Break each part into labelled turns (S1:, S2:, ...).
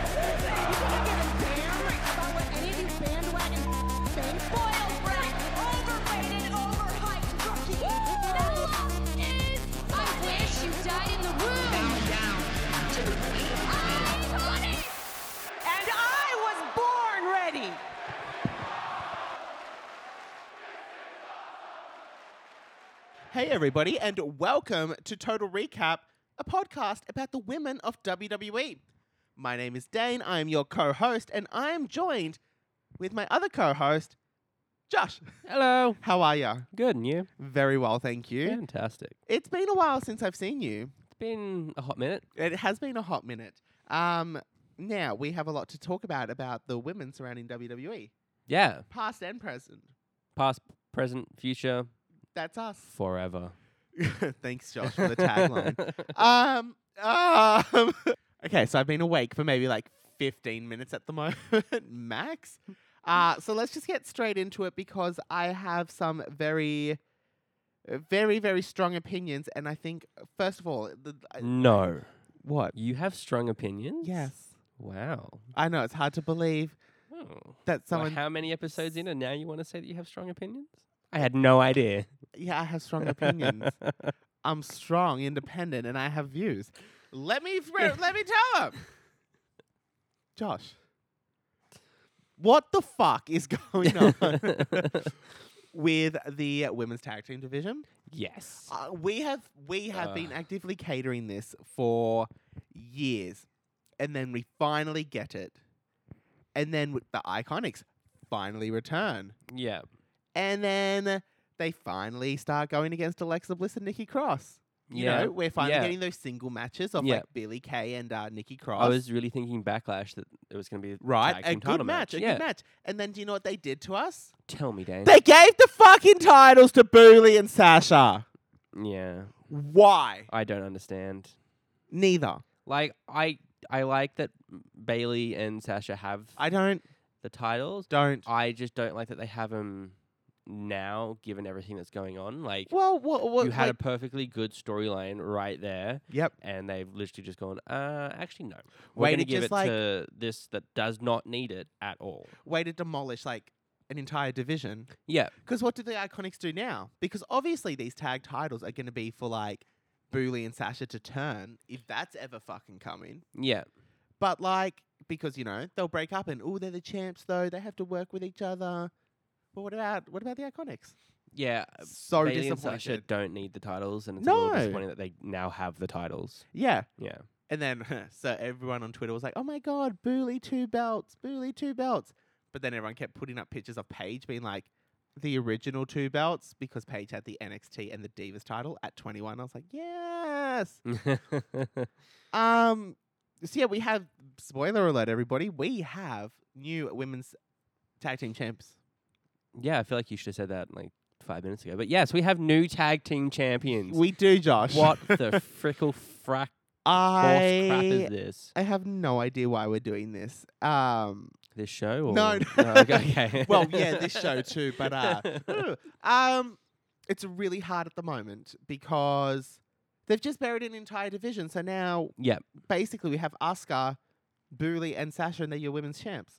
S1: oh,
S2: And I was born ready.
S3: Hey, everybody, and welcome to Total Recap, a podcast about the women of WWE. My name is Dane, I am your co host, and I am joined with my other co host, Josh.
S4: Hello.
S3: How are ya?
S4: Good, and you?
S3: Very well, thank you.
S4: Fantastic.
S3: It's been a while since I've seen you.
S4: It's been a hot minute.
S3: It has been a hot minute. Um, now, we have a lot to talk about about the women surrounding WWE,
S4: Yeah.
S3: past and present.
S4: Past, present, future,
S3: That's us.
S4: forever.
S3: Thanks, Josh, for the tagline. um, um okay so i've been awake for maybe like 15 minutes at the moment max uh, so let's just get straight into it because i have some very uh, very very strong opinions and i think first of all the, I-
S4: no.
S3: what
S4: You have strong opinions?
S3: yes
S4: Wow.
S3: i know it's hard to believe
S4: Oh.
S3: that
S4: So
S3: someone
S4: how many episodes in and now you want to say that you have strong opinions? I had no idea.
S3: yeah i have strong opinions i'm strong independent and i have views let me fr- let me tell him josh what the fuck is going on with the women's tag team division.
S4: yes.
S3: Uh, we have we have been
S4: Ugh.
S3: actively catering this for years, and then we finally get it, and then w- the Iconics finally return,
S4: Yeah.
S3: and then they finally start going against Alexa Bliss and Nikki Cross. You
S4: yeah.
S3: know, we're finally
S4: yeah.
S3: getting those single matches of
S4: Yeah.
S3: like Billy Kay and uh, Nikki Cross.
S4: I was really thinking backlash that it was going to be a
S3: right,
S4: tag
S3: a
S4: team
S3: good
S4: title
S3: match, a
S4: yeah.
S3: good match. And then do you know what they did to us?
S4: Tell me, Dan.
S3: They gave the fucking titles to Booley and Sasha.
S4: yeah.
S3: Why?
S4: I don't understand.
S3: Neither.
S4: Like I I like that Bailey and Sasha have
S3: I don't.
S4: the titles.
S3: Don't.
S4: I just don't like that they have them now, given everything that's going on. Like
S3: Well, what? what
S4: you had a
S3: like-
S4: perfectly good storyline right there,
S3: yep.
S4: and they've literally just gone, uh, actually no, we're
S3: Way
S4: going to
S3: to
S4: give
S3: just,
S4: it
S3: like-
S4: to this that does not need it at all.
S3: Way to demolish like an entire division.
S4: Yeah,
S3: Because what do the Iconics do now? Because obviously these tag titles are going to be for like Booley and Sasha to turn, if that's ever fucking coming.
S4: yeah,
S3: But like, because you know they'll break up and oh, they're the champs though. They have to work with each other. But what about what about the Iconics?
S4: yeah.
S3: So
S4: Bailey and
S3: disappointed.
S4: Sasha don't need the titles, and it's a little
S3: No.
S4: disappointing that they now have the titles.
S3: Yeah.
S4: Yeah,
S3: And then, so everyone on Twitter was like, oh my God, Booley two belts, Booley two belts. But then everyone kept putting up pictures of Paige being like, the original two belts, because Paige had the NXT and the Divas title at 21. I was like, yes. Um, so yeah, we have, spoiler alert, everybody, we have new women's tag team champs.
S4: yeah. I feel like you should have said that like five minutes ago. But yes, we have new tag team champions.
S3: We do, Josh.
S4: what the frickle frack horse crap
S3: I,
S4: is this?
S3: I have no idea why we're doing this. Um,
S4: This show? Or?
S3: No,
S4: no
S3: no.
S4: okay. okay.
S3: well, yeah, this show too, but uh, Ooh. um, it's really hard at the moment because they've just buried an entire division. So now,
S4: yeah,
S3: basically, we have Asuka, Booley, and Sasha, and they're your women's champs.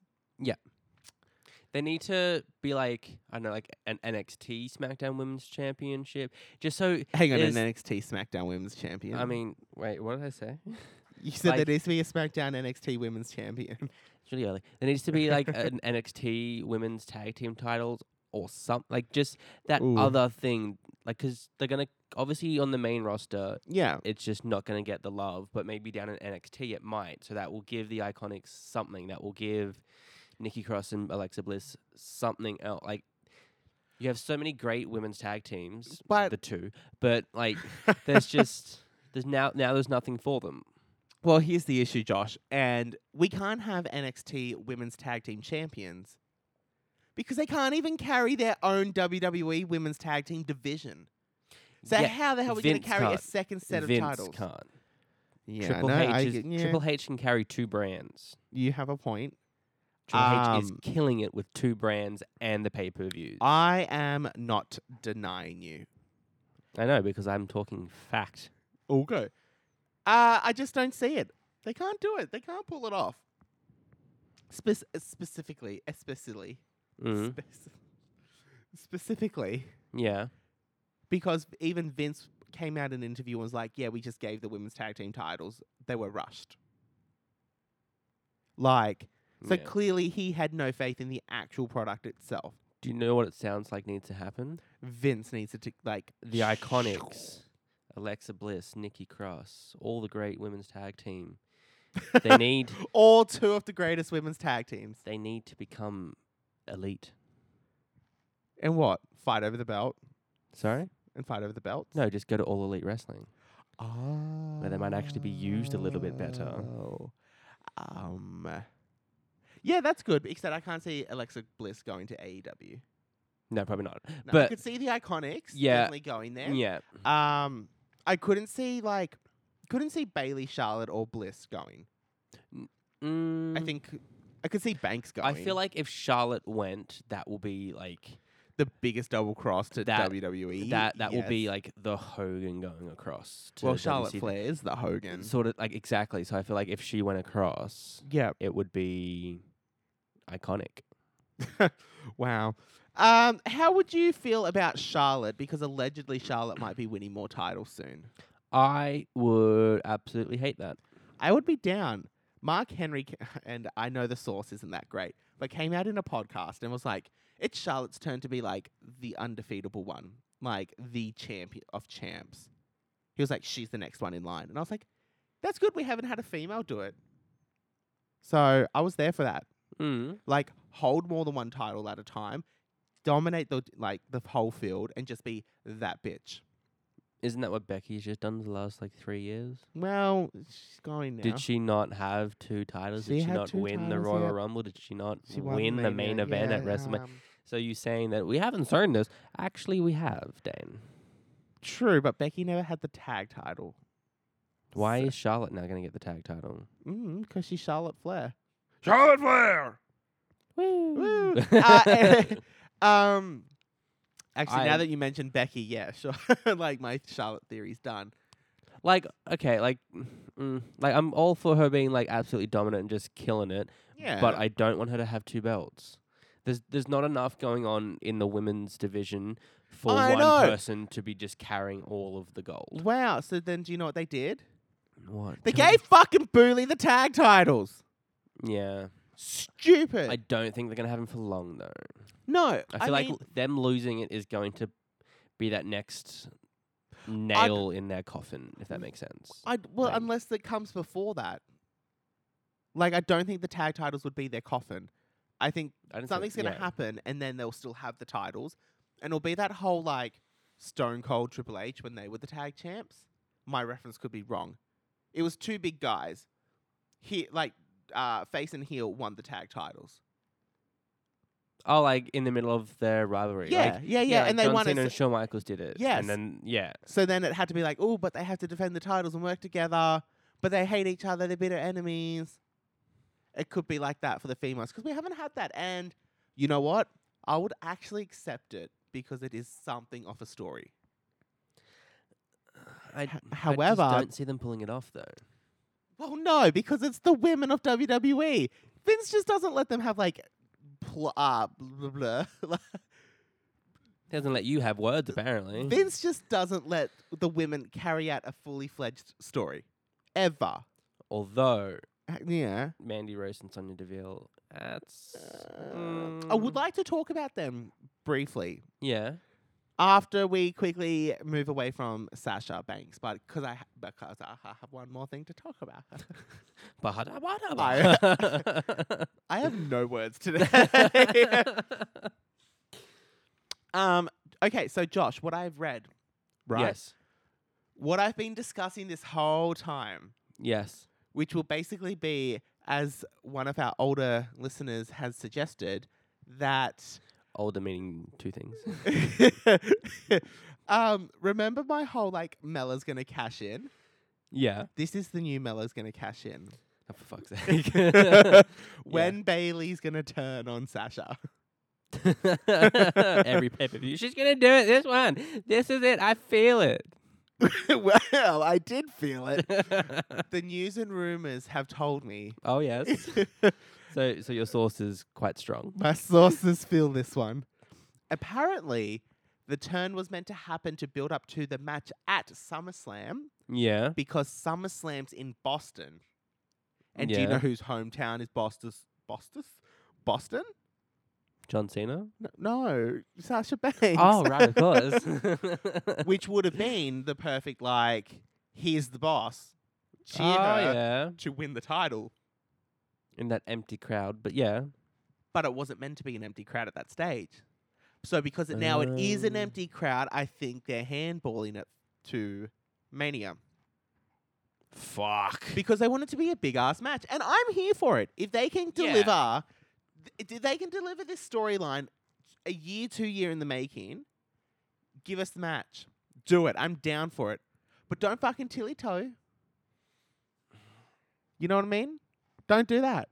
S4: they need to be like I don't know, like an NXT SmackDown Women's Championship, just so.
S3: Hang on,
S4: Is-
S3: an NXT SmackDown Women's Champion.
S4: I mean, wait, what did I say?
S3: you said
S4: like-
S3: there needs to be a SmackDown NXT Women's Champion.
S4: It's really early. There needs to be like an NXT Women's Tag Team Titles or something, like just that
S3: Ooh.
S4: other thing, like because they're gonna obviously on the main roster.
S3: yeah,
S4: It's just not going to get the love, but maybe down in NXT it might. So that will give the Iconics something. That will give Nikki Cross and Alexa Bliss something else. Like you have so many great women's tag teams,
S3: But-
S4: the two, but like there's just there's now now there's nothing for them.
S3: Well, here's the issue, Josh, and we can't have NXT Women's Tag Team Champions because they can't even carry their own WWE Women's Tag Team division. So
S4: Yeah,
S3: how the hell are we going
S4: Vince
S3: to carry a
S4: can't.
S3: second set
S4: Vince
S3: of titles?
S4: can't.
S3: Yeah,
S4: Triple
S3: no, I
S4: H is,
S3: get- yeah,
S4: Triple H can carry two brands.
S3: you have a point.
S4: Triple H is
S3: Um,
S4: killing it with two brands and the pay per views. I,
S3: I am not denying you.
S4: know because I'm talking fact.
S3: Okay. Uh, I just don't see it. They can't do it. They can't pull it off. Spec- specifically, especially,
S4: Mm.
S3: spec- specifically,
S4: Yeah.
S3: because even Vince came out in an interview and was like, "Yeah, we just gave the women's tag team titles. They were rushed." Like, so
S4: yeah.
S3: clearly he had no faith in the actual product itself.
S4: Do you know what it sounds like needs to happen?
S3: Vince needs to t- like
S4: The Iconics, Alexa Bliss, Nikki Cross, all the great women's tag team. They need
S3: all two of the greatest women's tag teams.
S4: they need to become elite.
S3: And what? Fight over the belt
S4: Sorry?
S3: and fight over the belt.
S4: No, just go to All Elite Wrestling.
S3: Oh.
S4: they might actually be used a little bit better.
S3: Oh. Um. Yeah, that's good. Except I can't see Alexa Bliss going to E AEW.
S4: No, probably not.
S3: No, I
S4: But-
S3: could see the Iconics
S4: Yeah.
S3: definitely going there.
S4: Yeah.
S3: Um, I couldn't see like, couldn't see Bailey, Charlotte, or Bliss going. I
S4: Mm,
S3: think I could see Banks going.
S4: I feel like if Charlotte went, that will be like
S3: the biggest double cross to
S4: That-
S3: WWE.
S4: that that will be
S3: E, yes.
S4: like the Hogan going across. To
S3: well,
S4: the
S3: Charlotte
S4: WCW.
S3: Flair is the Hogan.
S4: Mm, Sort of like exactly. So I feel like if she went across,
S3: yeah.
S4: it would be iconic.
S3: wow. Um, how would you feel about Charlotte? Because allegedly Charlotte might be winning more titles soon.
S4: I would absolutely hate that.
S3: I would be down. Mark Henry, ca- and I know the source isn't that great, but came out in a podcast and was like, it's Charlotte's turn to be like the undefeatable one, like the champion of champs. He was like, she's the next one in line. And I was like, that's good. We haven't had a female do it. So I was there for that.
S4: Mm.
S3: like hold more than one title at a time, dominate the like the whole field, and just be that bitch.
S4: Isn't that what Becky's just done the last like three years?
S3: Well, she's going now.
S4: Did she not have two titles?
S3: She
S4: Did she
S3: had
S4: not
S3: two
S4: win the
S3: titles,
S4: Royal
S3: yeah.
S4: Rumble? Did she not
S3: She won
S4: win the main event at
S3: yeah,
S4: WrestleMania?
S3: um,
S4: So you saying that we haven't shown this? Actually, we have, Dan.
S3: true, but Becky never had the tag title.
S4: Why is Charlotte now going to get the tag title?
S3: Mm, because she's Charlotte Flair.
S4: Charlotte Flair.
S3: Woo.
S4: Woo!
S3: Uh, um, actually, now
S4: I-
S3: that you mentioned Becky, yeah, sure. like my Charlotte theory's done.
S4: like, okay, like, mm, like I'm all for her being like absolutely dominant and just killing it,
S3: Yeah,
S4: but I don't want her to have two belts. There's there's not enough going on in the women's division for
S3: I
S4: one
S3: know.
S4: person to be just carrying all of the gold.
S3: wow. So then, do you know what they did?
S4: What?
S3: They
S4: Tell me-
S3: gave fucking Booley the tag titles.
S4: Yeah,
S3: Stupid.
S4: I don't think they're gonna have him for long though.
S3: no,
S4: I feel like
S3: mean-
S4: l- them losing it is going to be that next nail in their coffin, if that makes sense.
S3: I well,
S4: Like-
S3: unless it comes before that. Like, I don't think the tag titles would be their coffin. I think
S4: I didn't say-
S3: something's going to
S4: yeah.
S3: happen, and then they'll still have the titles, and it'll be that whole like Stone Cold Triple H when they were the tag champs. My reference could be wrong. It was two big guys. He like uh, face and heel won the tag titles.
S4: Oh, like in the middle of their rivalry.
S3: Yeah,
S4: like,
S3: yeah, yeah,
S4: like
S3: and they
S4: John
S3: won it
S4: Cena
S3: s-
S4: and Shawn Michaels did it.
S3: Yes.
S4: And then yeah,
S3: So then it had to be like, oh, but they have to defend the titles and work together, but they hate each other, they're bitter enemies. It could be like that for the females because we haven't had that. And you know what? I would actually accept it because it is something of a story.
S4: I,
S3: H-
S4: I just
S3: however-
S4: don't see them pulling it off though.
S3: Well, no, because it's the women of WWE. Vince just doesn't let them have like, pl- uh, blah, blah, blah.
S4: Doesn't let you have words apparently.
S3: Vince just doesn't let the women carry out a fully fledged story, ever.
S4: Although
S3: Uh, Yeah.
S4: Mandy Rose and Sonya Deville, that's
S3: Uh, I would
S4: mm,
S3: like to talk about them briefly
S4: yeah.
S3: after we quickly move away from Sasha Banks, but because I ha- because I ha- have one more thing to talk about.
S4: Bahada, bahada,
S3: I- I have no words today.
S4: bahada.
S3: um. Okay, so Josh, what I've read, right?
S4: Yes.
S3: What I've been discussing this whole time,
S4: Yes.
S3: which will basically be, as one of our older listeners has suggested, that
S4: Older meaning two things.
S3: um, remember my whole like Mela's gonna cash in.
S4: yeah.
S3: This is the new Mela's gonna cash in.
S4: Oh, for fuck's sake.
S3: when Bailey's gonna turn on Sasha.
S4: Every pay per view. She's going to do it. This one. This is it. I feel it.
S3: well, I did feel it. the news and rumors have told me.
S4: oh, yes. So, so your source is quite strong.
S3: My sources feel this one. Apparently, the turn was meant to happen to build up to the match at SummerSlam
S4: Yeah.
S3: because SummerSlam's in Boston. And do you
S4: Yeah.
S3: know whose hometown is Boston's? Boston? Boston?
S4: John Cena?
S3: No, no Sasha Banks.
S4: Oh, right, of course.
S3: Which would have been the perfect, like, here's the boss. Cheer
S4: oh,
S3: her
S4: yeah.
S3: to win the title.
S4: In that empty crowd, but yeah.
S3: but it wasn't meant to be an empty crowd at that stage. So because it, now it is an
S4: Oh.
S3: empty crowd, I think they're handballing it to Mania
S4: Fuck.
S3: because they want it to be a big ass match, and I'm here for it. If they can
S4: Yeah.
S3: deliver, th- if they can deliver this storyline a year, two year in the making. Give us the match, do it. I'm down for it, but don't fucking tilly toe. You know what I mean? Don't do that.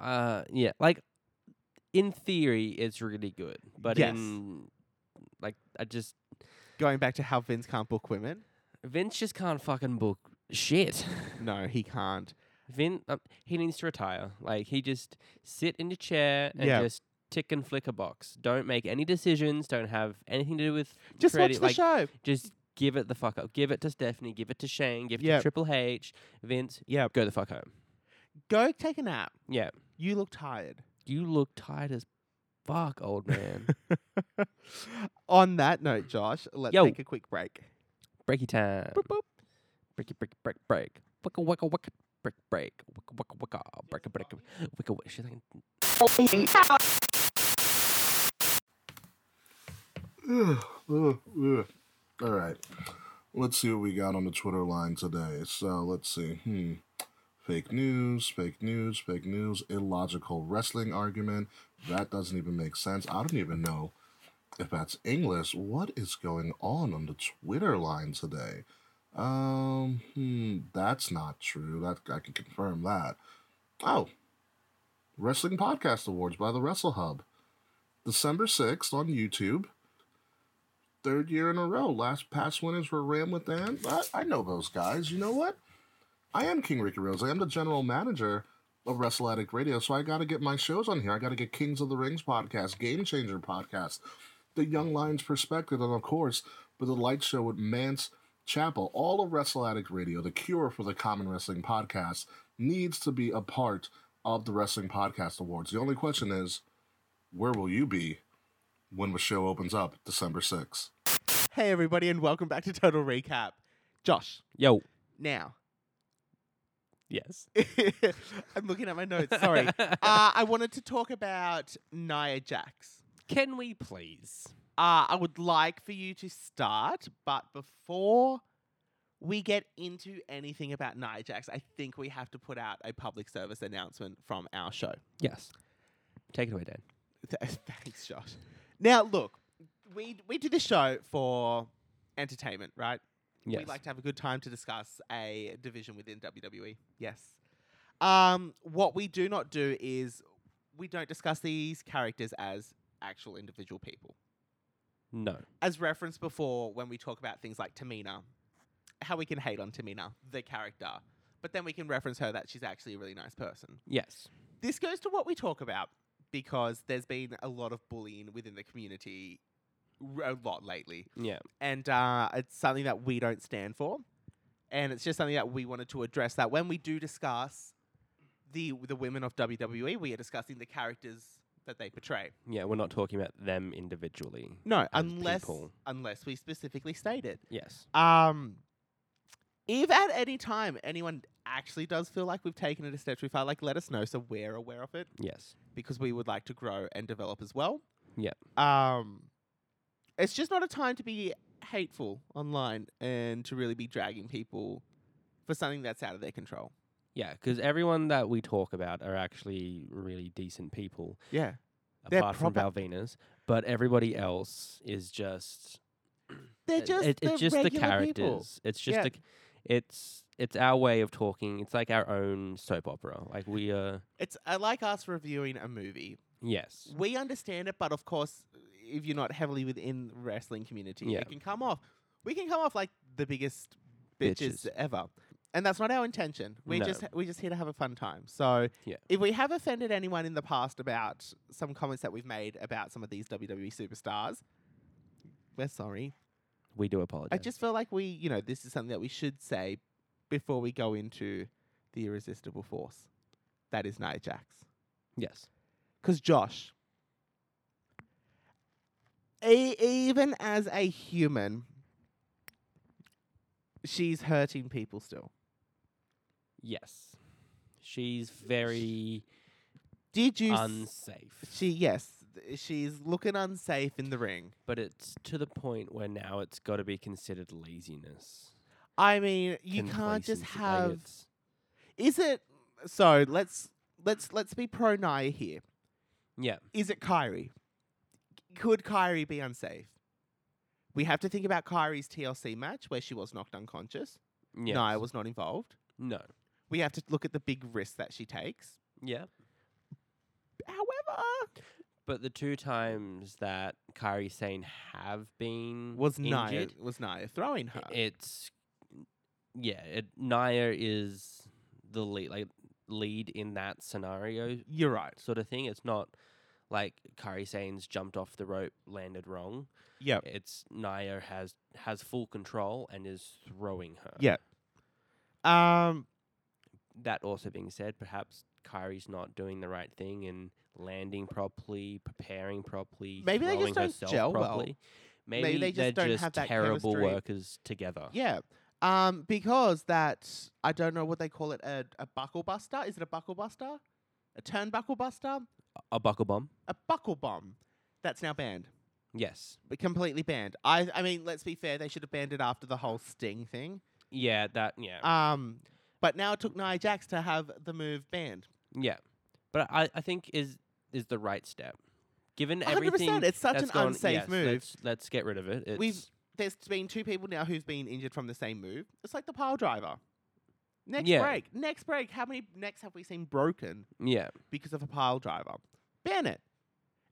S4: Uh, yeah. Like, in theory, it's really good, but
S3: Yes.
S4: in like, I just
S3: Going back to how Vince can't book women.
S4: Vince just can't fucking book shit.
S3: No, he can't.
S4: Vin, um, he needs to retire. Like, he just sit in your chair and
S3: Yeah.
S4: just tick and flick a box. Don't make any decisions. Don't have anything to do with
S3: Just watch
S4: creative-
S3: the
S4: like,
S3: show.
S4: Just give it the fuck up. Give it to Stephanie. Give it to Shane. Give it
S3: Yep.
S4: to Triple H. Vince,
S3: Yeah.
S4: go the fuck home.
S3: Go take a nap.
S4: Yeah.
S3: You look tired.
S4: You look tired as fuck, old man.
S3: On that note, Josh, let's
S4: Yo.
S3: take a quick break.
S4: Breaky time.
S3: Boop, boop.
S4: Breaky, breaky, break, break. Wicka, wicka, wicka. Break, break. Wicka, wicka, wicka. Break, break. Wicka, wicka. She's like,
S5: Ugh, ugh. All right. Let's see what we got on the Twitter line today. So let's see. Hmm. Fake news, fake news, fake news, illogical wrestling argument. That doesn't even make sense. I don't even know if that's English. What is going on on the Twitter line today? Um, hmm, that's not true. That I can confirm that. Oh, Wrestling Podcast Awards by the Wrestle Hub, December sixth on YouTube third year in a row. Last past winners were Ramlet and I, I know those guys. You know what? I am King Ricky Rose. I am the general manager of Wrestle Addict Radio, so I got to get my shows on here. I got to get Kings of the Rings podcast, Game Changer podcast, The Young Lions Perspective, and of course, for the Light Show with Mance Chapel. All of Wrestle Addict Radio, the cure for the common wrestling podcast, needs to be a part of the Wrestling Podcast Awards. The only question is, where will you be when the show opens up December 6th?
S3: Hey, everybody, and welcome back to Total Recap. Josh,
S4: Yo.
S3: now.
S4: Yes.
S3: I'm looking at my notes. Sorry. uh, I wanted to talk about Nia Jax.
S4: Can we please?
S3: Uh, I would like for you to start, but before we get into anything about Nia Jax, I think we have to put out a public service announcement from our show.
S4: Yes. Take it away, Dan.
S3: Th- Thanks, Josh. Now, look, we we do this show for entertainment, right?
S4: Yes.
S3: We like to have a good time to discuss a division within WWE. Yes. Um, what we do not do is we don't discuss these characters as actual individual people.
S4: no.
S3: As referenced before, when we talk about things like Tamina, how we can hate on Tamina, the character, but then we can reference her that she's actually a really nice person
S4: Yes.
S3: this goes to what we talk about because there's been a lot of bullying within the community r- a lot lately
S4: Yeah.
S3: and uh, it's something that we don't stand for and it's just something that we wanted to address that when we do discuss the the women of WWE we are discussing the characters that they portray
S4: Yeah. We're not talking about them individually.
S3: no unless
S4: unless- people.
S3: unless we specifically state it
S4: Yes.
S3: um, if at any time anyone actually does feel like we've taken it a step too far like let us know so we're aware of it
S4: Yes.
S3: because we would like to grow and develop as well.
S4: Yep.
S3: Um, it's just not a time to be hateful online and to really be dragging people for something that's out of their control.
S4: Yeah. Because everyone that we talk about are actually really decent people,
S3: Yeah. They're
S4: apart from
S3: proper-
S4: Balvinus. But everybody else is just
S3: They're
S4: it-
S3: just
S4: it-
S3: the
S4: it's just the
S3: regular
S4: characters.
S3: people.
S4: It's just
S3: Yeah.
S4: the, c- it's it's our way of talking. It's like our own soap opera. Like we uh
S3: It's uh, like us reviewing a movie.
S4: yes.
S3: We understand it, but of course, if you're not heavily within the wrestling community,
S4: Yeah.
S3: it can come off. We can come off like the biggest bitches,
S4: Bitches.
S3: ever. And that's not our intention. We
S4: No.
S3: just we just here to have a fun time. So
S4: Yeah.
S3: if we have offended anyone in the past about some comments that we've made about some of these WWE superstars, we're sorry.
S4: We do apologize.
S3: I just feel like we, you know, this is something that we should say before we go into the irresistible force. That is Nia Jax.
S4: Yes.
S3: Because Josh, e- even as a human, she's hurting people still.
S4: Yes. She's very
S3: Did you? s-
S4: unsafe.
S3: she yes, th- she's looking unsafe in the ring.
S4: But it's to the point where now it's gotta be considered laziness.
S3: I mean, you can't just
S4: complacency, like
S3: have.
S4: it's-
S3: Is it? So let's let's let's be pro Nia here.
S4: yeah.
S3: Is it Kyrie? Could Kyrie be unsafe? We have to think about Kyrie's TLC match where she was knocked unconscious.
S4: Yeah.
S3: Nia was not involved.
S4: No.
S3: we have to look at the big risk that she takes.
S4: Yeah.
S3: However,
S4: But the two times that Kyrie Sane have been
S3: was Nia
S4: injured,
S3: was Nia throwing her?
S4: it's yeah, it, Nia is the lead like lead in that scenario
S3: You're right.
S4: sort of thing. It's not like Kyrie Sane's jumped off the rope, landed wrong.
S3: Yeah,
S4: It's Nia has has full control and is throwing her.
S3: yeah. Um,
S4: That also being said, perhaps Kyrie's not doing the right thing and landing properly, preparing properly,
S3: Maybe they just
S4: throwing
S3: don't
S4: herself
S3: gel well.
S4: properly. Maybe,
S3: they just
S4: they're
S3: don't
S4: just
S3: have that
S4: terrible
S3: chemistry.
S4: workers together.
S3: yeah. Um, because that I don't know what they call it a, a buckle buster. Is it a buckle buster? A turnbuckle buster?
S4: A buckle bomb.
S3: A buckle bomb? That's now banned.
S4: Yes.
S3: But completely banned. I I mean, let's be fair. They should have banned it after the whole sting thing.
S4: Yeah. That. Yeah.
S3: Um, but now it took Nia Jax to have the move banned.
S4: yeah. But I, I think is is the right step, given
S3: 100%,
S4: everything.
S3: it's such
S4: that's
S3: an
S4: gone-
S3: unsafe
S4: yes,
S3: move.
S4: Let's, let's get rid of it. It's,
S3: We've- there's been two people now who've been injured from the same move. It's like the pile driver. Next
S4: Yeah.
S3: break. Next break. How many necks have we seen broken
S4: yeah.
S3: because of a pile driver? Ban it.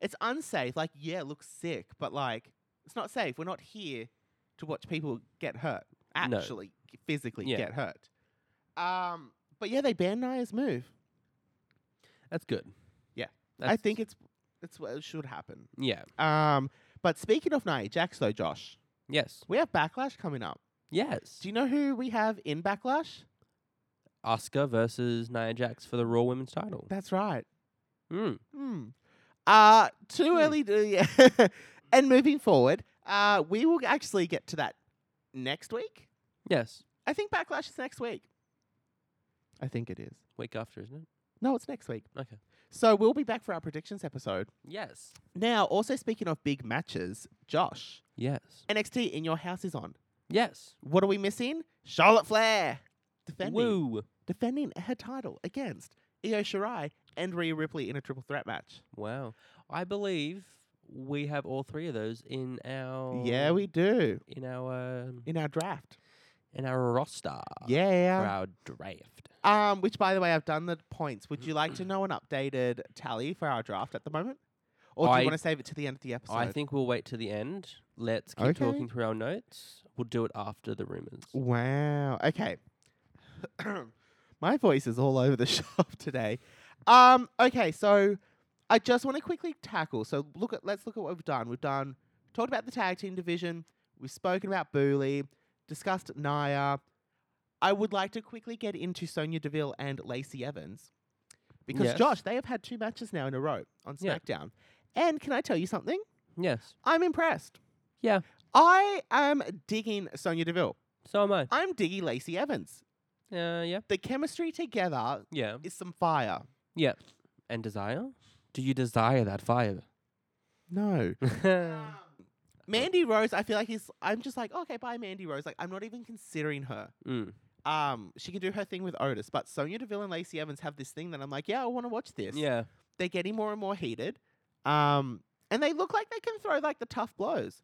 S3: It's unsafe. Like, yeah, it looks sick, but like, it's not safe. We're not here to watch people get hurt.
S4: No.
S3: Actually, g- physically
S4: Yeah.
S3: get hurt. Um, but yeah, they banned Nia's move.
S4: That's good.
S3: Yeah. I
S4: That's-
S3: think it's it's what should happen.
S4: Yeah.
S3: Um, but speaking of Nia Jax though, Josh,
S4: Yes.
S3: we have backlash coming up.
S4: Yes.
S3: Do you know who we have in Backlash?
S4: Oscar versus Nia Jax for the Raw Women's Title.
S3: That's right.
S4: Hmm.
S3: Hmm. Uh, too
S4: Hmm.
S3: early to. Yeah. and moving forward, uh, we will actually get to that next week.
S4: Yes.
S3: I think Backlash is next week. I think it is.
S4: Week after, isn't it?
S3: No, it's next week.
S4: Okay.
S3: So we'll be back for our predictions episode.
S4: Yes.
S3: Now, also speaking of big matches, Josh,
S4: Yes.
S3: NXT in your house is on.
S4: Yes.
S3: What are we missing? Charlotte Flair defending
S4: Woo.
S3: defending her title against Io Shirai and Rhea Ripley in a triple threat match.
S4: Wow. I believe we have all three of those in our
S3: Yeah, we do
S4: in our um,
S3: in our draft.
S4: in our roster. For
S3: yeah.
S4: our draft.
S3: Um, which by the way, I've done the points. Would you like to know an updated tally for our draft at the moment, or do
S4: I-
S3: you want to save it to the end of the episode?
S4: I think we'll wait to the end. Let's keep
S3: Okay.
S4: talking through our notes. We'll do it after the rumors.
S3: Wow. Okay. My voice is all over the shop today. Um, okay, so I just want to quickly tackle. So look at let's look at what we've done. We've done talked about the tag team division. We've spoken about Booley, discussed Naya. I would like to quickly get into Sonia Deville and Lacey Evans. Because
S4: Yes.
S3: Josh, they have had two matches now in a row on
S4: Yeah.
S3: SmackDown. And can I tell you something?
S4: Yes.
S3: I'm impressed.
S4: Yeah.
S3: I am digging Sonia Deville.
S4: So am I.
S3: I'm digging Lacey Evans.
S4: Uh, yeah.
S3: The chemistry together
S4: Yeah.
S3: is some fire.
S4: Yeah. And desire? Do you desire that fire? Mm.
S3: No. Mandy Rose, I feel like he's I'm just like, okay, bye Mandy Rose. Like I'm not even considering her.
S4: Mm.
S3: Um, she can do her thing with Otis, but Sonya Deville and Lacey Evans have this thing that I'm like, yeah, I want to watch this.
S4: Yeah.
S3: They're getting more and more heated. Um, and they look like they can throw like the tough blows.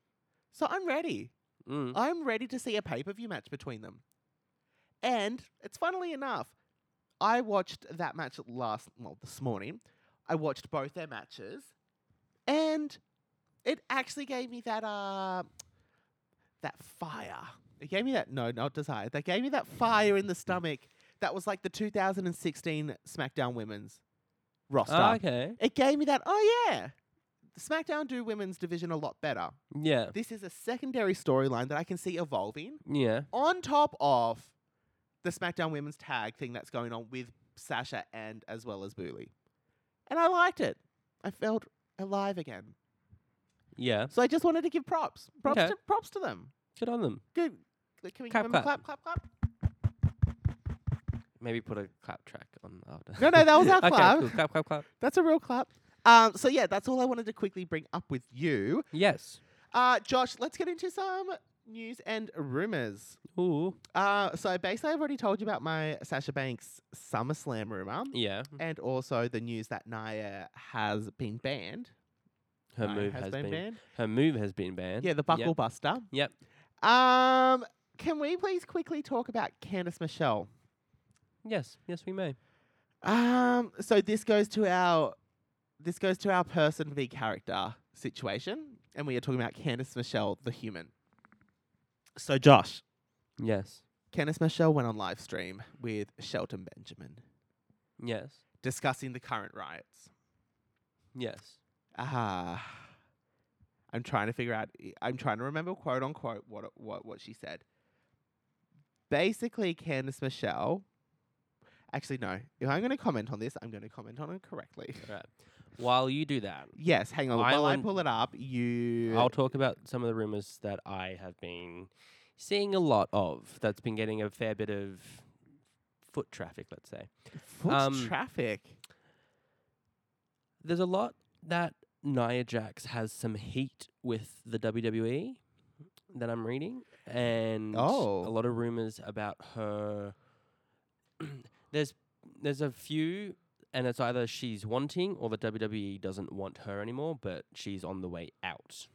S3: So I'm ready.
S4: Mm.
S3: I'm ready to see a pay-per-view match between them. And it's funnily enough, I watched that match last, well, this morning. I watched both their matches, and it actually gave me that uh, that fire. It gave me that no, not desire. That gave me that fire in the stomach. That was like the 2016 SmackDown Women's roster.
S4: Ah, okay.
S3: It gave me that. Oh yeah, SmackDown do women's division a lot better.
S4: Yeah.
S3: This is a secondary storyline that I can see evolving
S4: Yeah.
S3: on top of the SmackDown Women's Tag thing that's going on with Sasha and as well as Booley. And I liked it. I felt alive again.
S4: Yeah.
S3: So I just wanted to give props. Props
S4: Okay.
S3: to props to them.
S4: Good on them.
S3: Good. Like, Can we
S4: Clap,
S3: give them a
S4: clap.
S3: clap, clap, clap?
S4: Maybe put a clap track on after.
S3: No, no, that was our
S4: okay,
S3: clap.
S4: cool. Clap, clap, clap.
S3: That's a real clap. Um, so yeah, that's all I wanted to quickly bring up with you.
S4: Yes.
S3: Uh, Josh, let's get into some news and rumors.
S4: Ooh.
S3: Uh, so basically, I've already told you about my Sasha Banks SummerSlam rumor.
S4: Yeah.
S3: and also the news that Naya has been banned.
S4: Her
S3: Naya
S4: move has, been, Her move has been banned.
S3: Yeah, the
S4: Yep.
S3: Buckle Buster.
S4: Yep.
S3: Um, can we please quickly talk about Candice Michelle?
S4: Yes. Yes, we may.
S3: Um, so this goes to our this goes to our person v character situation, and we are talking about Candice Michelle, the human. So Josh,
S4: Yes.
S3: Candice Michelle went on live stream with Shelton Benjamin
S4: Yes.
S3: discussing the current riots.
S4: Yes.
S3: Ah, I'm trying to figure out. e, I'm trying to remember quote unquote what it- what what she said. Basically, Candice Michelle. Actually, no. If I'm going to comment on this, I'm going to comment on it correctly.
S4: Right. While you do that,
S3: Yes, hang on.
S4: I
S3: While I
S4: want-
S3: pull it up, you.
S4: I'll talk about some of the rumors that I have been seeing a lot of that's been getting a fair bit of foot traffic, let's say.
S3: Foot
S4: um,
S3: traffic.
S4: There's a lot that Nia Jax has some heat with the WWE that I'm reading, and
S3: Oh.
S4: a lot of rumors about her. there's there's a few, and it's either she's wanting or the WWE doesn't want her anymore, but she's on the way out.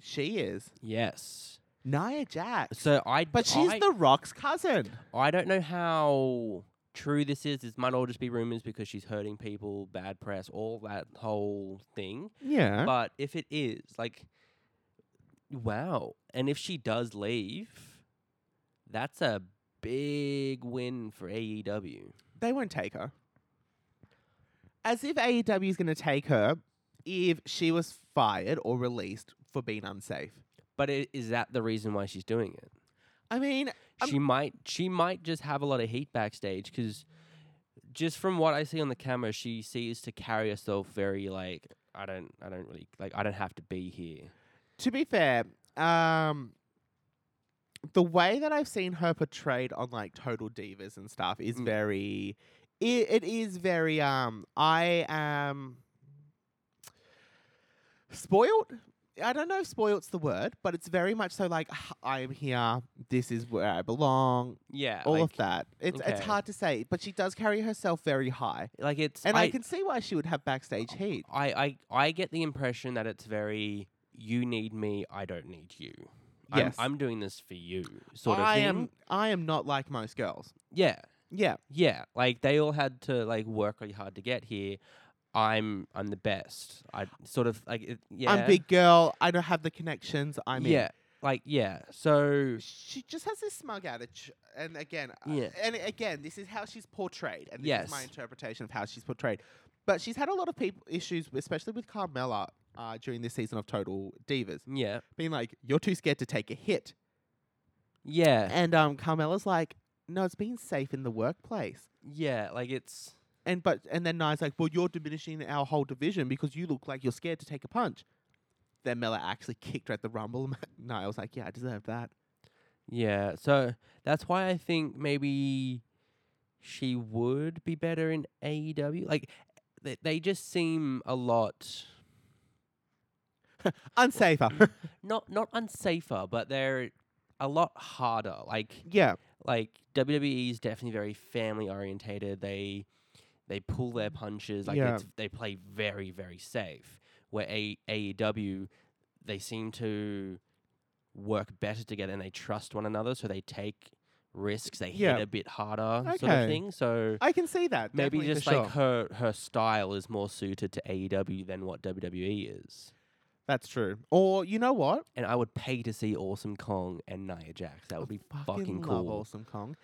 S3: She is
S4: Yes.
S3: Nia Jax.
S4: So I
S3: but she's
S4: I-
S3: The Rock's cousin.
S4: I don't know how true this is. This might all just be rumors because she's hurting people, bad press, all that whole thing.
S3: Yeah.
S4: But if it is, like, wow. And if she does leave, that's a big win for E AEW.
S3: They won't take her. As if AEW is going to take her if she was fired or released for being unsafe.
S4: But i- is that the reason why she's doing it?
S3: I mean, Um,
S4: she might she might just have a lot of heat backstage because just from what I see on the camera, she seems to carry herself very like I don't I don't really like I don't have to be here.
S3: to be fair, um, the way that I've seen her portrayed on like Total Divas and stuff is
S4: Mm.
S3: very. i it is very. Um, I am spoiled. I don't know if spoiled's the word, but it's very much so like "Ah, I am here. This is where I belong.
S4: Yeah,
S3: all
S4: like,
S3: of that. It's it's
S4: okay.
S3: hard to say, but she does carry herself very high,
S4: Like it's
S3: and I,
S4: I, Oh,
S3: can see why she would have backstage heat.
S4: I, I I get the impression that it's very you need me, I don't need you. I'm-
S3: Yes.
S4: I'm, doing this for you, sort of
S3: I
S4: thing.
S3: am I am not like most girls.
S4: yeah,
S3: Yeah,
S4: yeah. Like they all had to like work really hard to get here. I'm I'm the best. I sort of like it, yeah.
S3: I'm big girl. I don't have the connections. I'm
S4: yeah, like yeah. So
S3: in. She just has this smug attitude, and again, uh,
S4: Yeah.
S3: and again, this is how she's portrayed, and this is my
S4: Yes.
S3: interpretation of how she's portrayed. But she's had a lot of people issues, especially with Carmella. Uh, during this season of Total Divas,
S4: yeah,
S3: being like, "You're too scared to take a hit,"
S4: yeah,
S3: and um, Carmella's like, "No, it's being safe in the workplace."
S4: yeah. Like it's
S3: And but and then Nia's like, well, you're diminishing our whole division because you look like you're scared to take a punch. Then Miller actually kicked her at the Rumble. and Nia was like, yeah, I deserve that.
S4: yeah. So that's why I think maybe she would be better in AEW. Like they, they just seem a lot
S3: Unsafer.
S4: not not unsafer, but they're a lot harder. Like
S3: yeah.
S4: like WWE is definitely very family orientated. They they pull their punches. Like
S3: Yeah.
S4: it's, they play very very safe. Where A- E AEW, they seem to work better together and they trust one another. So they take risks. They
S3: Yeah.
S4: hit a bit harder, sort
S3: Okay.
S4: of thing. So
S3: I can see that.
S4: maybe
S3: definitely, for
S4: just like
S3: sure.
S4: her her style is more suited to AEW than what WWE is.
S3: That's true. Or you know what?
S4: And I would pay to see Awesome Kong and Nia Jax. That would be
S3: I
S4: fucking,
S3: Love
S4: cool.
S3: awesome Kong.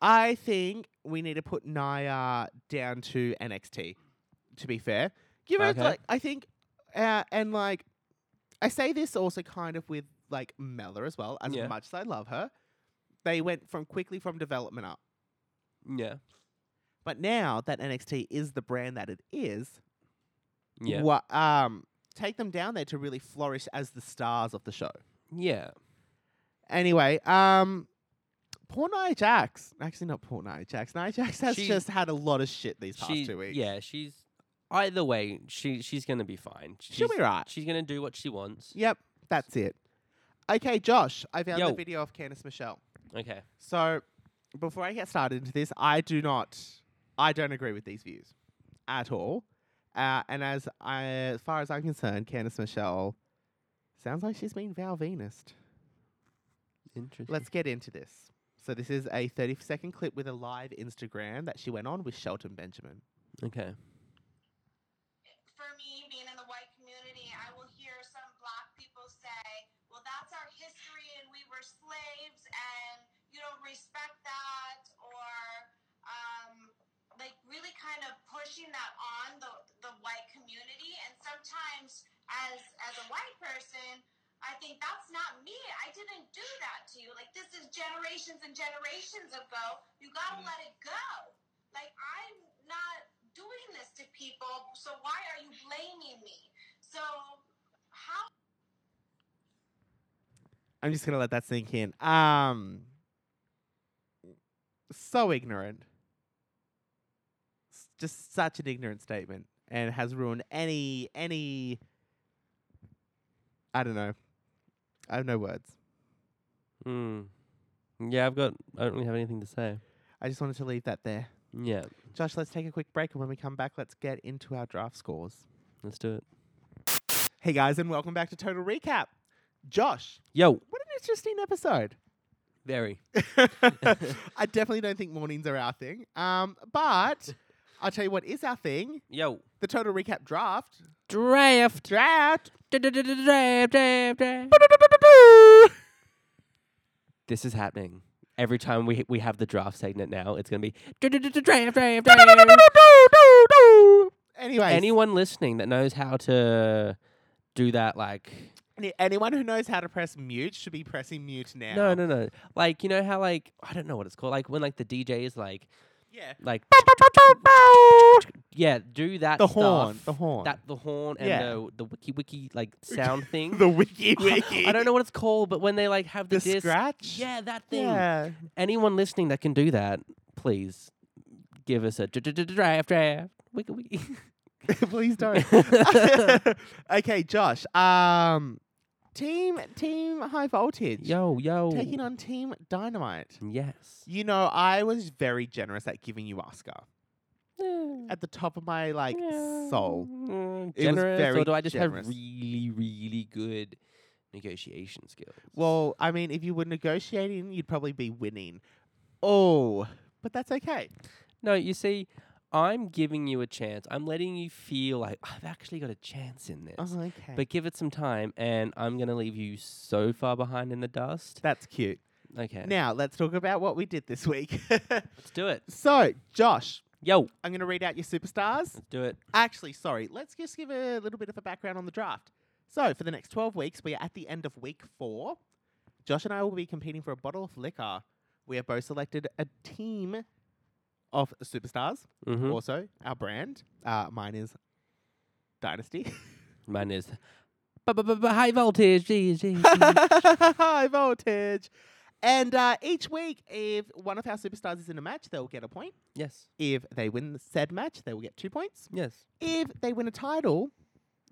S3: I think we need to put Nia down to NXT. To be fair, give her
S4: Okay.
S3: like I think, uh, and like I say this also kind of with like Mella as well. As
S4: Yeah.
S3: much as I love her, they went from quickly from development up,
S4: Yeah,
S3: but now that NXT is the brand that it is,
S4: yeah,
S3: wha- um, take them down there to really flourish as the stars of the show.
S4: yeah.
S3: Anyway, um, poor Nia Jax. Actually, not poor Nia Jax. Nia Jax has
S4: She-
S3: just had a lot of shit these past
S4: She-
S3: two weeks.
S4: yeah, she's either way. She she's gonna be fine. She's,
S3: she'll be right.
S4: She's gonna do what she wants.
S3: Yep, that's it. Okay, Josh, I found
S4: Yo.
S3: the video of Candice Michelle.
S4: Okay.
S3: So, before I get started into this, I do not, I don't agree with these views at all. Uh, and as I, as far as I'm concerned, Candice Michelle sounds like she's been Val Venus'd.
S4: Interesting.
S3: Let's get into this. So this is a 30 second clip with a live Instagram that she went on with Shelton Benjamin.
S4: okay.
S1: for me, being in the white community, I will hear some black people say, well, that's our history and we were slaves and you don't respect that or um, like really kind of pushing that on the, the white community. And sometimes as, as a white person, I think that's not me. I didn't do that to you. Like this is generations and generations ago. You gotta let it go like I'm not doing this to people, so why are you blaming me? So how
S3: I'm just gonna let that sink in. Um, so ignorant. S- Just such an ignorant statement, and has ruined any any. I don't know. I have no words.
S4: Hmm. Yeah, I've got. I don't really have anything to say.
S3: I just wanted to leave that there.
S4: Yeah.
S3: Josh, let's take a quick break, and when we come back, let's get into our draft scores.
S4: Let's do it.
S3: Hey guys, and welcome back to Total Recap. Josh,
S4: Yo.
S3: what an interesting episode.
S4: Very.
S3: I definitely don't think mornings are our thing. Um, but I'll tell you what is our thing:
S4: Yo.
S3: the Total Recap draft.
S4: Draft.
S3: Draft.
S4: Draft. Draft. Draft. This is happening. Every time we we have the draft segment now, it's gonna be draft, draft, draft.
S3: Anyway,
S4: Anyone listening that knows how to do that, like
S3: anyone who knows how to press mute should be pressing mute now.
S4: no, no, no, like you know how like I don't know what it's called, like when like the DJ is like
S3: Yeah.
S4: like yeah, do that
S3: The
S4: stuff.
S3: horn. The horn.
S4: that the horn and
S3: Yeah.
S4: the the wiki wiki like sound thing.
S3: the wiki wiki.
S4: I don't know what it's called, but when they like have the,
S3: The
S4: disc,
S3: scratch?
S4: yeah, that thing.
S3: Yeah.
S4: Anyone listening that can do that, please give us a dra- dra- dra- draft draft wiki wiki.
S3: Please don't. okay, Josh. Um, team team high voltage.
S4: yo yo.
S3: Taking on team dynamite.
S4: Yes.
S3: You know, I was very generous at giving you Oscar at the top of my like soul.
S4: Mm,
S3: It was
S4: Generous,
S3: very
S4: or do I just
S3: generous.
S4: have really really good negotiation skills?
S3: Well, I mean, if you were negotiating, you'd probably be winning. Oh, but that's okay.
S4: No, you see, I'm giving you a chance. I'm letting you feel like "Oh, I've actually got a chance in this.
S3: Oh, okay.
S4: But give it some time, and I'm gonna leave you so far behind in the dust.
S3: that's cute.
S4: Okay,
S3: Now let's talk about what we did this week.
S4: let's do it.
S3: so, Josh,
S4: Yo,
S3: I'm going to read out your superstars.
S4: let's do it.
S3: Actually, sorry, let's just give a little bit of a background on the draft. So, for the next 12 weeks, we are at the end of week four. Josh and I will be competing for a bottle of liquor. We have both selected a team of superstars,
S4: hmm
S3: also our brand. Uh, mine is Dynasty.
S4: Mine is bu- bu- bu- bu- high voltage. Geez, geez, geez.
S3: High voltage. And uh, each week, if one of our superstars is in a match, they'll get a point.
S4: yes,
S3: If they win the said match, they will get two points.
S4: yes,
S3: If they win a title,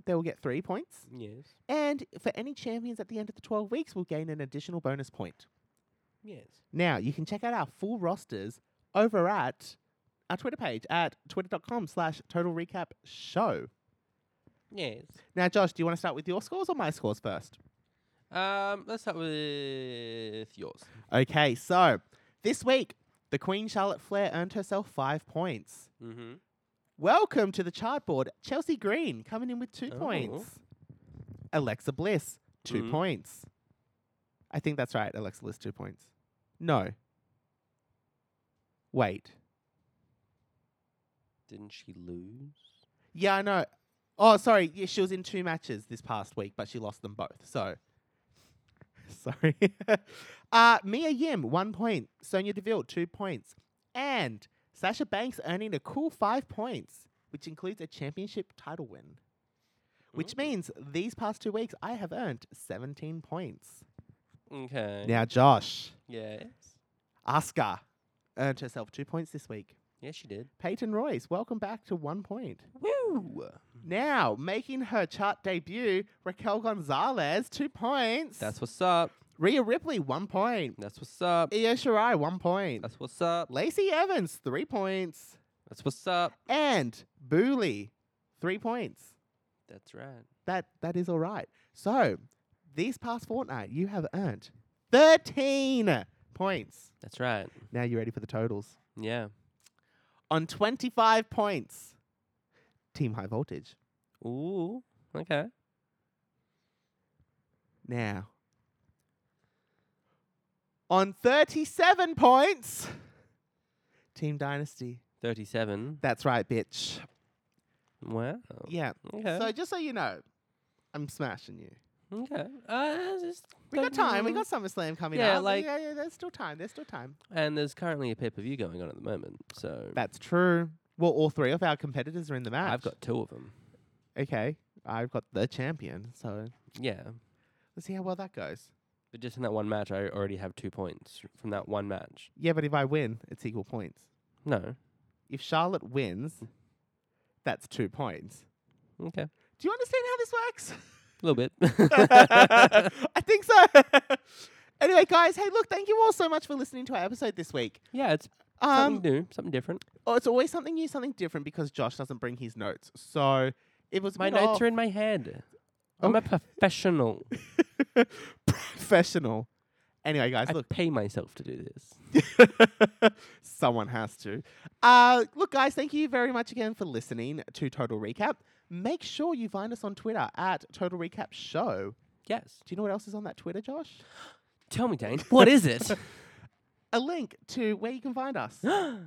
S3: they will get three points.
S4: yes,
S3: And for any champions at the end of the 12 weeks, will gain an additional bonus point.
S4: yes.
S3: Now, you can check out our full rosters over at our Twitter page at twitter.com slash total recap show.
S4: Yes.
S3: Now, Josh, do you want to start with your scores or my scores first?
S4: Um, let's start with yours.
S3: Okay, so This week, the Queen Charlotte Flair earned herself five points.
S4: Mm-hmm.
S3: Welcome to the chartboard, Chelsea Green coming in with two
S4: Oh.
S3: points. Alexa Bliss, 2
S4: Mm.
S3: points. I think that's right, Alexa Bliss, two points. No. Wait.
S4: Didn't she lose?
S3: Yeah, I know. Oh, sorry. Yeah, she was in two matches this past week, but she lost them both. So, sorry. uh, Mia Yim, one point. Sonia Deville, two points. And Sasha Banks earning a cool five points, which includes a championship title win. Which means these past two weeks, I have earned 17 points.
S4: Okay.
S3: Now, Josh,
S4: Yes.
S3: Asuka earned herself two points this week.
S4: Yes, she did.
S3: Peyton Royce, welcome back to one point.
S4: Woo!
S3: Now, making her chart debut, Raquel Gonzalez, two points.
S4: That's what's up.
S3: Rhea Ripley, one point.
S4: That's what's up.
S3: Io Shirai, one point.
S4: That's what's up.
S3: Lacey Evans, three points.
S4: That's what's up.
S3: And Booley, three points.
S4: That's right.
S3: That that is all right. So, these past fortnight, you have earned thirteen points.
S4: That's right.
S3: Now you ready for the totals?
S4: Yeah.
S3: On twenty-five points, Team High Voltage.
S4: Ooh. Okay.
S3: Now, on 37 points, Team Dynasty.
S4: Thirty-seven.
S3: That's right, bitch.
S4: Wow.
S3: Yeah.
S4: Okay.
S3: So, just so you know, I'm smashing you.
S4: okay. Uh, just
S3: We got time. We got SummerSlam coming
S4: Yeah,
S3: up.
S4: like-
S3: yeah, yeah, there's still time. There's still time.
S4: And there's currently a pay per view going on at the moment, so
S3: That's true. Well, all three of our competitors are in the match.
S4: I've got two of them.
S3: Okay. I've got the champion. So,
S4: Yeah.
S3: let's see how well that goes.
S4: But just in that one match, I already have two points from that one match.
S3: Yeah, but if I win, it's equal points.
S4: No.
S3: If Charlotte wins, that's two points.
S4: Okay. A
S3: Do you understand how this works?
S4: little bit.
S3: I think so. anyway, guys, hey, look, thank you all so much for listening to our episode this week.
S4: yeah, it's
S3: Um,
S4: something new, something different.
S3: oh, it's always something new, something different because Josh doesn't bring his notes. So it was a
S4: My
S3: bit
S4: notes
S3: off.
S4: are in my head. I'm a professional.
S3: Oh, professional. Anyway, guys,
S4: I
S3: look,
S4: pay myself to do this.
S3: someone has to. Uh, look, guys, thank you very much again for listening to Total Recap. Make sure you find us on Twitter at Total Recap Show.
S4: Yes.
S3: Do you know what else is on that Twitter, Josh?
S4: Tell me, Dane, what is it?
S3: a link to where you can find us.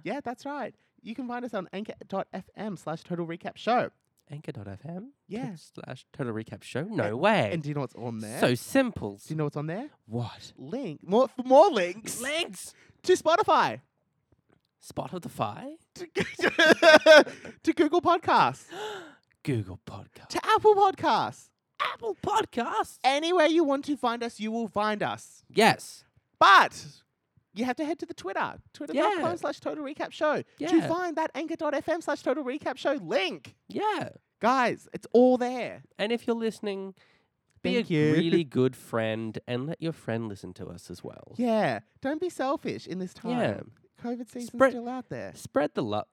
S3: yeah, that's right. You can find us on anchor.fm slash total recap show.
S4: Anchor.fm.
S3: Yeah.
S4: Slash total recap show. No way.
S3: And do you know what's on there?
S4: so
S3: do
S4: simple.
S3: you know what's on there?
S4: what?
S3: Link. More for more links
S4: Legs.
S3: to Spotify.
S4: Spot of the Fi.
S3: To, to Google Podcasts.
S4: Google Podcast.
S3: To Apple Podcasts.
S4: Apple Podcasts.
S3: Anywhere you want to find us, you will find us.
S4: yes.
S3: But you have to head to the Twitter, twitter.com
S4: Yeah.
S3: slash total recap show to
S4: Yeah.
S3: find that anchor.fm slash total recap show link.
S4: Yeah.
S3: Guys, it's all there.
S4: And if you're listening, be
S3: Thank
S4: a
S3: you.
S4: really good friend and let your friend listen to us as well.
S3: Yeah, don't be selfish in this time.
S4: Yeah.
S3: COVID season's
S4: Spread-
S3: still out there.
S4: Spread the love.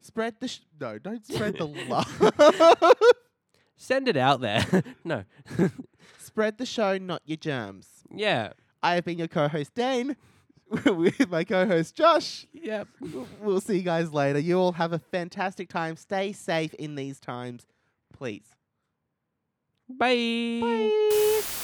S3: Spread the sh- no, don't spread the love.
S4: Send it out there. no.
S3: spread the show, not your germs.
S4: yeah.
S3: I have been your co-host Dane with my co-host Josh.
S4: Yep.
S3: We'll see you guys later. You all have a fantastic time. Stay safe in these times, please.
S4: Bye.
S3: Bye.